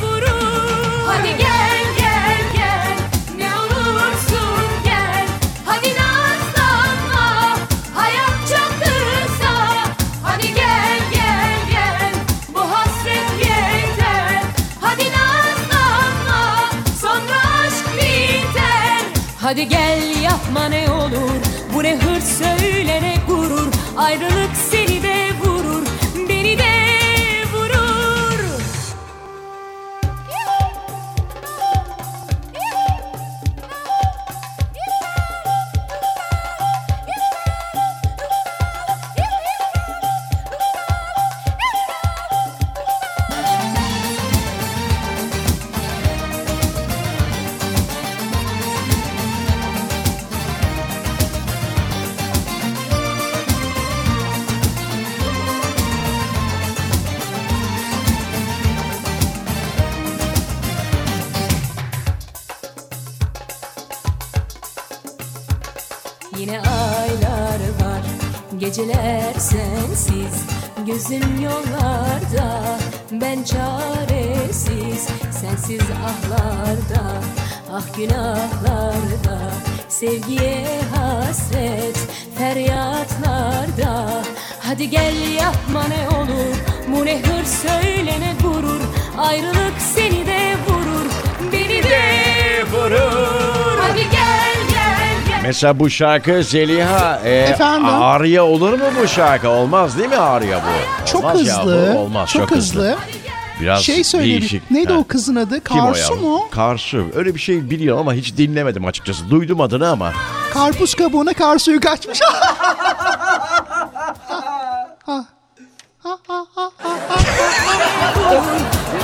Speaker 2: vurur Hadi gel gel gel ne olursun gel Hadi nazlanma hayat çok kısa Hadi gel gel gel bu hasret yeter Hadi nazlanma sonra aşk biter Hadi gel yapma ne olur bu ne hırs söyle ne gurur Ayrılık seni de vurur beni de vurur Yine aylar var Geceler sensiz Gözüm yollarda Ben çaresiz Sensiz ahlarda Ah günahlarda Sevgiye hasret Feryatlarda Hadi gel yapma ne olur Bu ne hırs söyle ne gurur Ayrılık seni de vurur Beni de vurur Hadi gel gel gel
Speaker 4: Mesela bu şarkı Zeliha e,
Speaker 5: Efendim?
Speaker 4: Arya olur mu bu şarkı? Olmaz değil mi Arya bu?
Speaker 6: Çok
Speaker 4: Olmaz ya
Speaker 6: hızlı.
Speaker 4: bu, olmaz
Speaker 6: çok, hızlı.
Speaker 4: Biraz
Speaker 6: Şey söyledi.
Speaker 4: değişik.
Speaker 6: Neydi
Speaker 4: Ha.
Speaker 6: o kızın adı?
Speaker 4: Kim o
Speaker 6: Karsu
Speaker 4: ya?
Speaker 6: mu?
Speaker 4: Karsu. Öyle bir şey biliyorum ama hiç dinlemedim açıkçası. Duydum adını ama.
Speaker 6: Karpuz kabuğuna Karsu'yu kaçmış.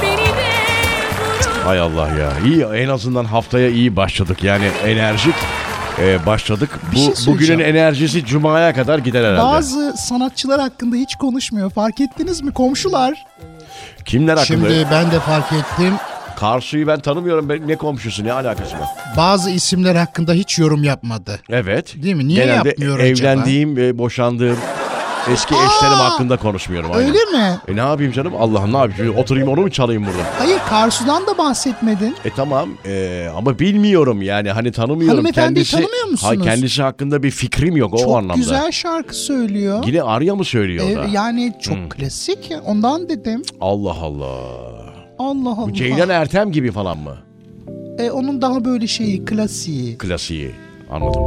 Speaker 2: Beni de
Speaker 4: Hay Allah ya. İyi en azından haftaya iyi başladık. Yani enerjik e, başladık. Bu
Speaker 6: şey
Speaker 4: bugünün
Speaker 6: söyleyeceğim.
Speaker 4: enerjisi cumaya kadar gider herhalde.
Speaker 6: Bazı sanatçılar hakkında hiç konuşmuyor. Fark ettiniz mi? Komşular.
Speaker 4: Kimler hakkında?
Speaker 5: Şimdi ben de fark ettim.
Speaker 4: Karsu'yu ben tanımıyorum. Ben- Ne komşusu ne alakası var?
Speaker 5: Bazı isimler hakkında hiç yorum yapmadı.
Speaker 4: Evet.
Speaker 5: Değil mi? Niye
Speaker 4: Genelde
Speaker 5: yapmıyor acaba?
Speaker 4: evlendiğim, e, boşandığım Eski eşlerim hakkında konuşmuyorum. aynen.
Speaker 6: Öyle mi?
Speaker 4: E ne yapayım canım? Allah'ım ne yapayım? Şimdi Oturayım onu mu çalayım burada?
Speaker 6: Hayır Karsu'dan da bahsetmedin.
Speaker 4: E tamam e, ama bilmiyorum yani hani tanımıyorum.
Speaker 6: Hanımefendiyi
Speaker 4: kendisi,
Speaker 6: tanımıyor musunuz?
Speaker 4: Ha, kendisi hakkında bir fikrim yok o
Speaker 6: Çok
Speaker 4: anlamda.
Speaker 6: güzel şarkı söylüyor.
Speaker 4: Yine Arya mı söylüyor
Speaker 6: Ee,
Speaker 4: o da? Hmm.
Speaker 6: yani çok klasik. Ondan dedim.
Speaker 4: Allah Allah.
Speaker 6: Allah Allah.
Speaker 4: Bu Ceylan Ertem gibi falan mı?
Speaker 6: Ee, onun daha böyle şeyi klasiği.
Speaker 4: Klasiği. Anladım.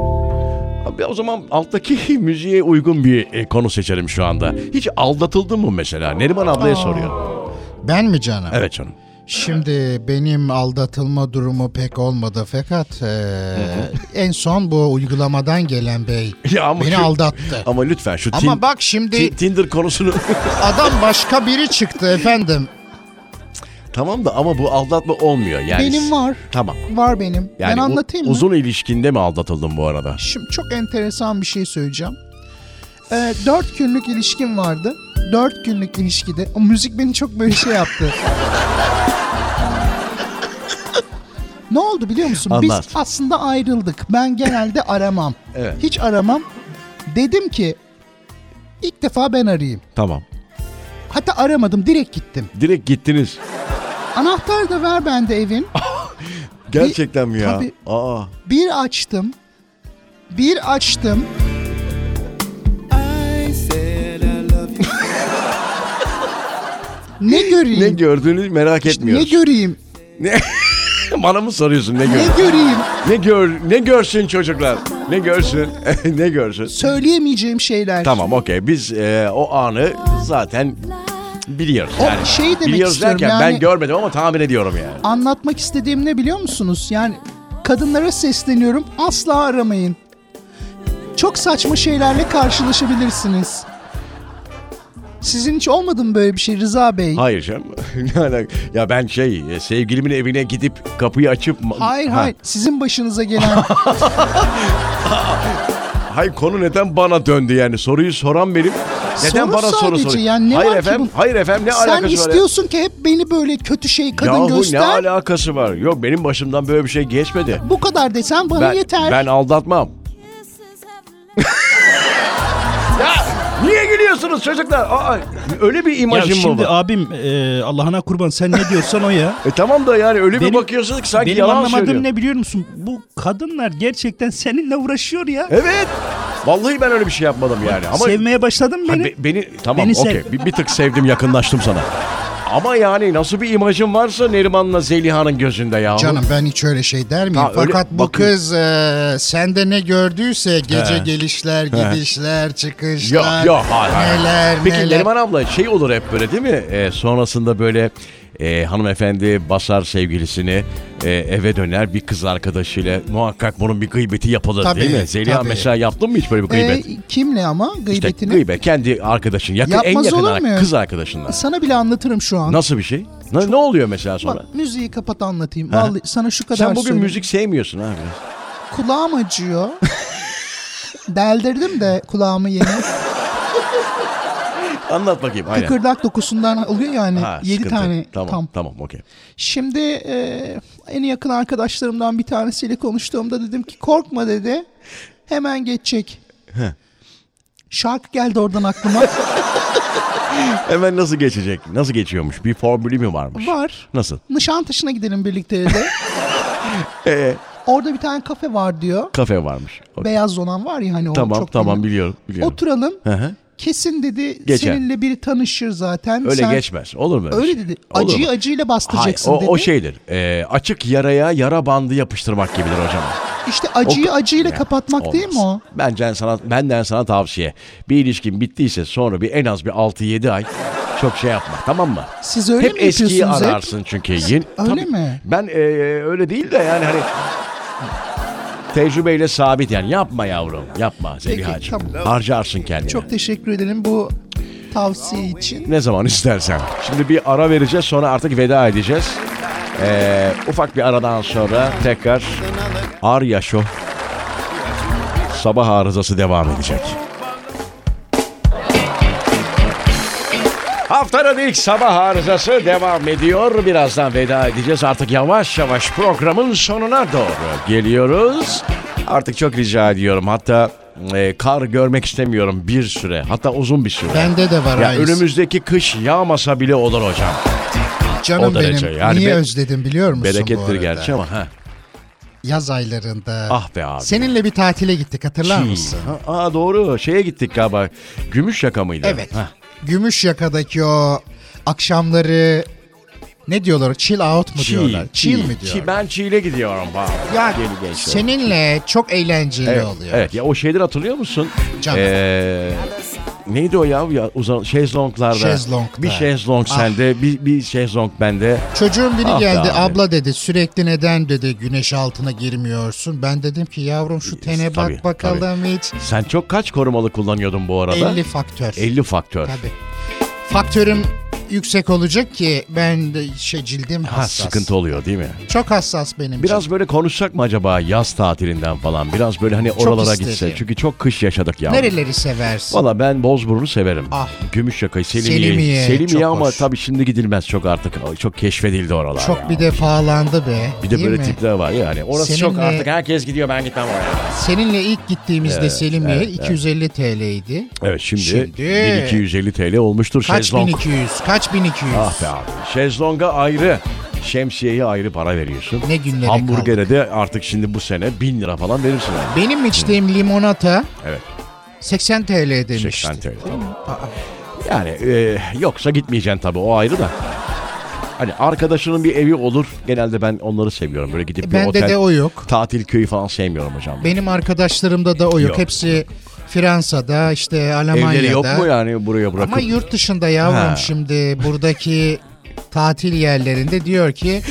Speaker 4: Abi o zaman alttaki müziğe uygun bir e, konu seçelim şu anda. Hiç aldatıldın mı mesela? Neriman ablaya soruyor.
Speaker 5: Ben mi canım?
Speaker 4: Evet canım.
Speaker 5: Şimdi benim aldatılma durumu pek olmadı fakat e, en son bu uygulamadan gelen bey
Speaker 4: Ya ama
Speaker 5: beni
Speaker 4: şu-
Speaker 5: aldattı.
Speaker 4: Ama lütfen şu
Speaker 5: Ama
Speaker 4: Tin-
Speaker 5: bak şimdi
Speaker 4: Ti- Tinder konusunu...
Speaker 5: adam başka biri çıktı efendim.
Speaker 4: tamam da ama bu aldatma olmuyor yani.
Speaker 6: Benim var.
Speaker 4: Tamam.
Speaker 6: Var benim.
Speaker 4: Yani
Speaker 6: ben
Speaker 4: u-
Speaker 6: anlatayım mı?
Speaker 4: Uzun ilişkinde mi aldatıldın bu arada?
Speaker 6: Şimdi çok enteresan bir şey söyleyeceğim. Ee, dört günlük ilişkim vardı. Dört günlük ilişkide. O müzik beni çok böyle şey yaptı. ne oldu biliyor musun?
Speaker 4: Anlat.
Speaker 6: Biz aslında ayrıldık. Ben genelde aramam.
Speaker 4: Evet.
Speaker 6: Hiç aramam. Dedim ki ilk defa ben arayayım.
Speaker 4: Tamam.
Speaker 6: Hatta aramadım direkt gittim.
Speaker 4: Direkt gittiniz.
Speaker 6: Anahtar da ver bende evin.
Speaker 4: Gerçekten mi ya?
Speaker 6: Tabii.
Speaker 4: Aa.
Speaker 6: Bir açtım. Bir açtım. ne göreyim?
Speaker 4: Ne gördüğünü merak
Speaker 6: ne
Speaker 4: etmiyoruz.
Speaker 6: göreyim?
Speaker 4: Bana mı soruyorsun ne gör?
Speaker 6: Ne göreyim?
Speaker 4: Ne gör ne görsün çocuklar? Ne görsün? ne görsün?
Speaker 6: Söyleyemeyeceğim şeyler.
Speaker 4: Tamam okey biz e, o anı zaten biliyoruz
Speaker 6: O
Speaker 4: yani.
Speaker 6: şey demek
Speaker 4: biliyoruz
Speaker 6: istiyorum
Speaker 4: derken ben
Speaker 6: yani-
Speaker 4: görmedim ama tahmin ediyorum yani.
Speaker 6: Anlatmak istediğim ne biliyor musunuz? Yani kadınlara sesleniyorum asla aramayın. Çok saçma şeylerle karşılaşabilirsiniz. Sizin hiç olmadı mı böyle bir şey Rıza Bey?
Speaker 4: Hayır canım. ne alaka? Ya ben şey e, sevgilimin evine gidip kapıyı açıp...
Speaker 6: Hayır
Speaker 4: Ha,
Speaker 6: hayır. Sizin başınıza gelen
Speaker 4: Hayır konu neden bana döndü yani soruyu soran benim. Neden
Speaker 6: Soru
Speaker 4: bana soru
Speaker 6: sadece,
Speaker 4: soruyor?
Speaker 6: yani ne
Speaker 4: hayır
Speaker 6: var ki
Speaker 4: efendim,
Speaker 6: bu-
Speaker 4: hayır efendim ne
Speaker 6: Sen
Speaker 4: alakası var? ya?
Speaker 6: istiyorsun ki hep beni böyle kötü şey kadın
Speaker 4: Yahu
Speaker 6: göster.
Speaker 4: ne alakası var? Yok benim başımdan böyle bir şey geçmedi.
Speaker 6: Bu kadar desen bana
Speaker 4: Ben,
Speaker 6: yeter.
Speaker 4: ben aldatmam. ya niye gülüyorsunuz çocuklar? Aa, öyle bir
Speaker 11: Ya
Speaker 4: imajım mı
Speaker 11: şimdi
Speaker 4: var?
Speaker 11: abim e, Allah'ına kurban sen ne diyorsan o ya.
Speaker 4: E tamam da yani öyle
Speaker 11: Benim-
Speaker 4: bir bakıyorsunuz ki sanki
Speaker 11: Benim
Speaker 4: yalan
Speaker 11: anlamadığım
Speaker 4: söylüyor.
Speaker 11: ne biliyor musun? Bu kadınlar gerçekten seninle uğraşıyor ya.
Speaker 4: Evet. Vallahi ben öyle bir şey yapmadım yani. E, Ama
Speaker 11: Sevmeye başladın
Speaker 4: Ha,
Speaker 11: beni.
Speaker 4: Hani be- beni tamam
Speaker 11: Beni sev.
Speaker 4: okey. Bir, bir tık sevdim yakınlaştım sana. Ama yani nasıl bir imajın varsa Neriman'la Zeliha'nın gözünde ya.
Speaker 5: Canım ben hiç öyle şey der miyim?
Speaker 4: Ha, öyle-
Speaker 5: Fakat bu
Speaker 4: bakın-
Speaker 5: kız e, sende ne gördüyse gece gelişler, gidişler,
Speaker 4: Yok
Speaker 5: çıkışlar,
Speaker 4: yok hayır hayır.
Speaker 5: neler
Speaker 4: Peki
Speaker 5: neler.
Speaker 4: Neriman abla şey olur hep böyle değil mi? Ee, sonrasında böyle e, hanımefendi basar sevgilisini e, eve döner bir kız arkadaşıyla muhakkak bunun bir gıybeti yapılır
Speaker 5: Tabii,
Speaker 4: değil mi? Zeliha
Speaker 5: tabii.
Speaker 4: mesela yaptın mı hiç böyle bir
Speaker 6: Ee,
Speaker 4: gıybet?
Speaker 6: kimle ama
Speaker 4: İşte
Speaker 6: gıybetini?
Speaker 4: gıybet kendi arkadaşın yakın, en
Speaker 6: Yapmaz
Speaker 4: yakın
Speaker 6: olur
Speaker 4: ar-
Speaker 6: mu?
Speaker 4: kız arkadaşından.
Speaker 6: Sana bile anlatırım şu an.
Speaker 4: Nasıl bir şey? Ne, ne oluyor mesela sonra?
Speaker 6: Bak, müziği kapat anlatayım. Vallahi sana şu kadar
Speaker 4: Sen bugün
Speaker 6: söyleyeyim.
Speaker 4: müzik sevmiyorsun abi.
Speaker 6: Kulağım acıyor. Deldirdim de kulağımı yeni.
Speaker 4: Anlat bakayım. Aynen.
Speaker 6: Kıkırdak dokusundan oluyor yani.
Speaker 4: Ha,
Speaker 6: Yedi
Speaker 4: sıkıntı.
Speaker 6: tane
Speaker 4: tamam,
Speaker 6: tam.
Speaker 4: Tamam okey.
Speaker 6: Şimdi e, en yakın arkadaşlarımdan bir tanesiyle konuştuğumda dedim ki korkma dedi. Hemen geçecek. Şarkı geldi oradan aklıma.
Speaker 4: Hemen nasıl geçecek? Nasıl geçiyormuş? Bir formülü mü varmış?
Speaker 6: Var.
Speaker 4: Nasıl?
Speaker 6: Nişantaşı'na gidelim birlikte dedi.
Speaker 4: Ee?
Speaker 6: Orada bir tane kafe var diyor.
Speaker 4: Kafe varmış. Okey.
Speaker 6: Beyaz olan var ya hani o
Speaker 4: Tamam
Speaker 6: çok
Speaker 4: tamam
Speaker 6: bilinir.
Speaker 4: biliyorum. biliyorum.
Speaker 6: Oturalım.
Speaker 4: Hı hı.
Speaker 6: Kesin dedi
Speaker 4: Geçer.
Speaker 6: seninle biri tanışır zaten.
Speaker 4: Öyle
Speaker 6: Sen-
Speaker 4: geçmez. Olur mu?
Speaker 6: Öyle dedi.
Speaker 4: Olur mu?
Speaker 6: Acıyı acıyla
Speaker 4: Hayır,
Speaker 6: bastıracaksın
Speaker 4: o,
Speaker 6: dedi.
Speaker 4: o şeydir. Ee, açık yaraya yara bandı yapıştırmak gibidir hocam.
Speaker 6: İşte acıyı
Speaker 4: O-
Speaker 6: acıyla
Speaker 4: Ya,
Speaker 6: kapatmak değil mi o?
Speaker 4: olmaz. Bence sana, benden sana tavsiye. Bir ilişkin bittiyse sonra bir en az bir 6-7 ay çok şey yapma tamam mı?
Speaker 6: Siz öyle
Speaker 4: hep
Speaker 6: mi
Speaker 4: eskiyi
Speaker 6: yapıyorsunuz hep?
Speaker 4: ararsın çünkü. Yeni,
Speaker 6: Öyle mi?
Speaker 4: Ben e, öyle değil de yani hani tecrübeyle sabit yani yapma yavrum yapma Zeliha'cığım.
Speaker 6: tamam.
Speaker 4: Harcarsın kendini.
Speaker 6: Çok teşekkür ederim bu tavsiye için.
Speaker 4: Ne zaman istersen. Şimdi bir ara vereceğiz sonra artık veda edeceğiz. Ee, ufak bir aradan sonra tekrar Arya Show sabah arızası devam edecek. Haftanın ilk sabah arızası devam ediyor. Birazdan veda edeceğiz. Artık yavaş yavaş programın sonuna doğru geliyoruz. Artık çok rica ediyorum. Hatta e, kar görmek istemiyorum bir süre. Hatta uzun bir süre.
Speaker 5: Bende de var
Speaker 4: ya
Speaker 5: aynısı.
Speaker 4: önümüzdeki kış yağmasa bile olur hocam.
Speaker 5: Canım
Speaker 4: o derece.
Speaker 5: benim
Speaker 4: Yani
Speaker 5: niye
Speaker 4: be-
Speaker 5: özledim biliyor musun bu
Speaker 4: Berekettir
Speaker 5: arada?
Speaker 4: gerçi ama ha.
Speaker 5: Yaz aylarında.
Speaker 4: Ah be abi.
Speaker 5: Seninle bir tatile gittik hatırlar
Speaker 4: Çiğ.
Speaker 5: mısın?
Speaker 4: Ha, Aa doğru. Şeye gittik galiba. Gümüş yaka mıydı?
Speaker 5: Evet.
Speaker 4: Ha.
Speaker 5: Gümüşyaka'daki o akşamları ne diyorlar? Chill out mu
Speaker 4: Çiğ,
Speaker 5: diyorlar?
Speaker 4: çiğ,
Speaker 5: Chill mi
Speaker 4: çiğ.
Speaker 5: diyorlar?
Speaker 4: Ben çiğle gidiyorum. Baba.
Speaker 5: Ya
Speaker 4: Yeni genç olarak.
Speaker 5: seninle çok eğlenceli
Speaker 4: Evet,
Speaker 5: oluyor.
Speaker 4: evet. ya o şeyleri hatırlıyor musun?
Speaker 5: Canım.
Speaker 4: Ee, neydi o ya? ya uzan, şezlonglarda.
Speaker 5: Şezlongda.
Speaker 4: Bir şezlong
Speaker 5: Ah.
Speaker 4: sende, bir, bir şezlong bende.
Speaker 5: Çocuğun biri
Speaker 4: Ah be
Speaker 5: geldi
Speaker 4: abi.
Speaker 5: abla dedi sürekli neden dedi güneş altına girmiyorsun. Ben dedim ki yavrum şu tene bak
Speaker 4: Tabii,
Speaker 5: bakalım hiç.
Speaker 4: Sen çok kaç korumalı kullanıyordun bu arada?
Speaker 5: 50 faktör.
Speaker 4: 50 faktör.
Speaker 5: Tabii. Faktörüm yüksek olacak ki ben de şey cildim
Speaker 4: Ha,
Speaker 5: hassas.
Speaker 4: sıkıntı oluyor değil mi?
Speaker 5: Çok hassas benim cildim.
Speaker 4: Biraz böyle konuşsak mı acaba yaz tatilinden falan? Biraz böyle hani oralara
Speaker 5: isterim.
Speaker 4: gitse. Çünkü çok kış yaşadık ya.
Speaker 5: Nereleri seversin?
Speaker 4: Valla ben Bozburun'u severim.
Speaker 5: Ah.
Speaker 4: Gümüşyaka'yı, Selimiye'yi.
Speaker 5: Selimiye, çok
Speaker 4: ama
Speaker 5: hoş.
Speaker 4: tabii şimdi gidilmez çok artık. Çok keşfedildi oralar
Speaker 5: Çok
Speaker 4: ya.
Speaker 5: bir de pahalandı be.
Speaker 4: Bir de
Speaker 5: değil
Speaker 4: böyle
Speaker 5: mi?
Speaker 4: tipler var yani. Orası çok
Speaker 5: Seninle-
Speaker 4: artık herkes gidiyor ben gitmem oraya.
Speaker 5: Seninle ilk gittiğimizde Selimiye 250 TL'ydi.
Speaker 4: Evet şimdi,
Speaker 5: Şimdi-
Speaker 4: 1250 TL olmuştur
Speaker 5: Kaç
Speaker 4: şezlong.
Speaker 5: 1200? Kaç 1200?
Speaker 4: Ah be abi. Şezlonga ayrı. Şemsiyeye ayrı para veriyorsun.
Speaker 5: Ne günlere
Speaker 4: Hamburger'e de artık şimdi bu sene 1000 lira falan verirsin. abi.
Speaker 5: Benim içtiğim limonata
Speaker 4: Evet.
Speaker 5: 80 TL demişti.
Speaker 4: 80 TL. Yani e, yoksa gitmeyeceksin tabii o ayrı da. Hani arkadaşının bir evi olur. Genelde ben onları seviyorum. Böyle gidip bir
Speaker 5: Bende
Speaker 4: otel,
Speaker 5: E, de o yok.
Speaker 4: tatil köyü falan sevmiyorum hocam.
Speaker 5: Benim arkadaşlarımda da o yok.
Speaker 4: Yok.
Speaker 5: Hepsi Fransa'da, işte Almanya'da.
Speaker 4: Evleri yok mu yani buraya bırakıp?
Speaker 5: Ama yurt dışında yavrum
Speaker 4: Ha.
Speaker 5: şimdi buradaki tatil yerlerinde diyor ki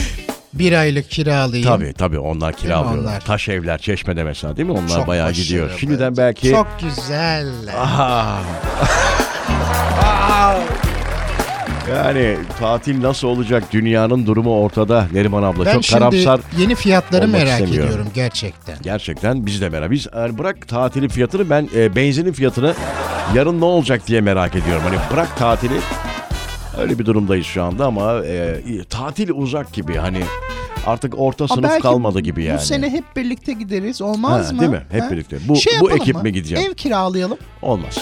Speaker 5: bir aylık kiralayayım.
Speaker 4: Tabii tabii onlar kiralıyorlar.
Speaker 5: onlar?
Speaker 4: Taş evler çeşmede mesela değil mi? Onlar
Speaker 5: Çok
Speaker 4: bayağı
Speaker 5: başarılı.
Speaker 4: gidiyor. Şimdiden belki Ah,
Speaker 5: Çok güzel.
Speaker 4: yani tatil nasıl olacak? Dünyanın durumu ortada Neriman abla.
Speaker 5: ben
Speaker 4: çok
Speaker 5: şimdi
Speaker 4: karamsar.
Speaker 5: yeni fiyatları
Speaker 4: olmak
Speaker 5: merak
Speaker 4: istemiyorum.
Speaker 5: ediyorum gerçekten.
Speaker 4: Gerçekten biz de merak. Biz yani bırak tatilin fiyatını ben e, benzinin fiyatını yarın ne olacak diye merak ediyorum. Hani bırak tatili. Öyle bir durumdayız şu anda ama e, tatil uzak gibi hani artık orta
Speaker 6: Ha,
Speaker 4: sınıf
Speaker 6: belki
Speaker 4: kalmadı gibi yani.
Speaker 6: Bu sene hep birlikte gideriz. Olmaz
Speaker 4: Ha,
Speaker 6: mı?
Speaker 4: değil mi? Hep
Speaker 6: Ha? Şey
Speaker 4: birlikte. Bu- bu
Speaker 6: yapalım
Speaker 4: ekip
Speaker 6: mı?
Speaker 4: mi gideceğim?
Speaker 6: Ev kiralayalım.
Speaker 4: Olmaz.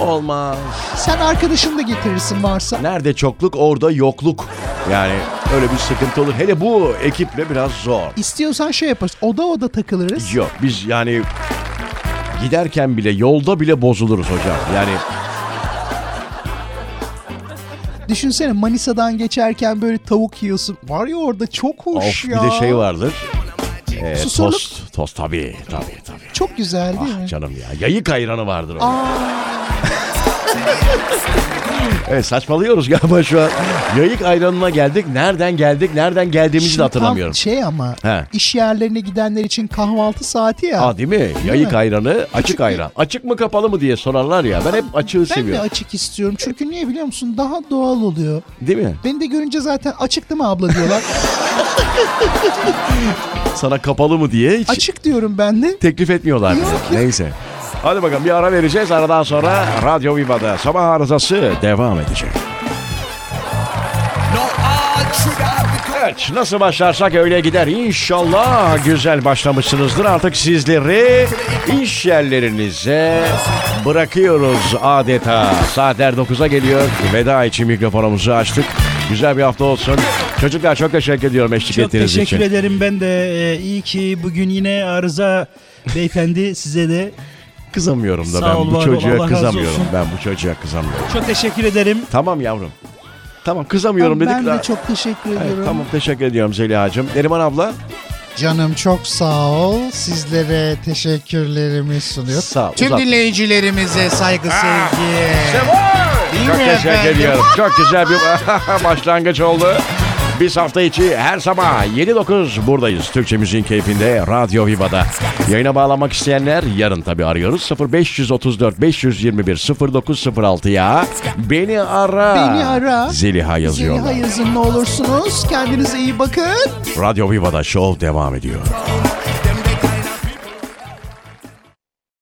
Speaker 4: Ol- Olmaz.
Speaker 6: Sen arkadaşını da getirirsin varsa.
Speaker 4: Nerede çokluk orada yokluk. Yani öyle bir sıkıntı olur. Hele bu ekiple biraz zor.
Speaker 6: İstiyorsan şey yaparız. Oda oda takılırız.
Speaker 4: Yok biz yani giderken bile yolda bile bozuluruz hocam. Yani
Speaker 6: Düşünsene Manisa'dan geçerken böyle tavuk yiyorsun. Var ya orada çok hoş
Speaker 4: of
Speaker 6: ya.
Speaker 4: bir de şey vardır. Ee,
Speaker 6: Susurluk.
Speaker 4: tost, tost tabii tabii tabii.
Speaker 6: Çok güzel değil mi?
Speaker 4: Ah canım ya. Yayık ayranı vardır onun. evet saçmalıyoruz galiba şu an. Yayık ayranına geldik. Nereden geldik? Nereden geldiğimizi
Speaker 6: Şimdi
Speaker 4: de
Speaker 6: tam
Speaker 4: hatırlamıyorum.
Speaker 6: şey ama
Speaker 4: He. Ah,
Speaker 6: iş yerlerine gidenler için kahvaltı saati ya.
Speaker 4: Aa değil mi? Yayık
Speaker 6: mi?
Speaker 4: ayranı, açık
Speaker 6: Küçük
Speaker 4: ayran. Açık mı kapalı mı diye sorarlar ya. Ben hep açığı
Speaker 6: ben de
Speaker 4: seviyorum.
Speaker 6: açık istiyorum. Çünkü niye biliyor musun? Daha doğal oluyor.
Speaker 4: Değil mi?
Speaker 6: Beni de görünce zaten açık değil mi abla diyorlar.
Speaker 4: Sana kapalı mı diye hiç
Speaker 6: açık diyorum ben de.
Speaker 4: teklif etmiyorlar bize.
Speaker 6: Yok, yok.
Speaker 4: Neyse. Hadi bakalım bir ara vereceğiz. Aradan sonra Radyo Viva'da sabah arızası devam edecek.
Speaker 1: No art should I be
Speaker 4: Evet nasıl başlarsak öyle gider. İnşallah güzel başlamışsınızdır. Artık sizleri iş yerlerinize bırakıyoruz adeta. Saatler 9'a geliyor. Veda için mikrofonumuzu açtık. Güzel bir hafta olsun. Çocuklar çok teşekkür ediyorum eşlik
Speaker 11: Çok
Speaker 4: ettiğiniz
Speaker 11: teşekkür
Speaker 4: için.
Speaker 11: ederim ben de. Ee, iyi ki bugün yine arıza beyefendi size de.
Speaker 4: Kızamıyorum da
Speaker 11: Sağ
Speaker 4: ben
Speaker 11: ol,
Speaker 4: bu
Speaker 11: var ol.
Speaker 4: çocuğa
Speaker 11: Allah razı
Speaker 4: kızamıyorum.
Speaker 11: olsun.
Speaker 4: Ben bu çocuğa kızamıyorum.
Speaker 11: Çok teşekkür ederim.
Speaker 4: Tamam yavrum. Tamam kızamıyorum dedik.
Speaker 6: ben
Speaker 4: de-
Speaker 6: de çok teşekkür
Speaker 4: Evet,
Speaker 6: ediyorum.
Speaker 4: tamam teşekkür ediyorum Zeliha'cığım. Neriman abla
Speaker 5: Canım çok sağ ol. Sizlere teşekkürlerimi sunuyor.
Speaker 4: Sağ ol,
Speaker 5: Tüm
Speaker 4: uzatma.
Speaker 5: dinleyicilerimize saygı sevgi. Değil
Speaker 4: Çok
Speaker 5: mi
Speaker 4: teşekkür
Speaker 5: efendim?
Speaker 4: ediyorum. Çok güzel bir başlangıç oldu. Biz hafta içi her sabah 7-9 buradayız. Türkçe Müziğin Keyfinde Radyo Viva'da. Yayına bağlanmak isteyenler yarın tabii arıyoruz. 0534 521 0906'ya beni ara.
Speaker 6: Beni ara.
Speaker 4: Zeliha yazıyorlar.
Speaker 6: Zeliha yazın ne olursunuz. Kendinize iyi bakın.
Speaker 4: Radyo Viva'da şov devam ediyor.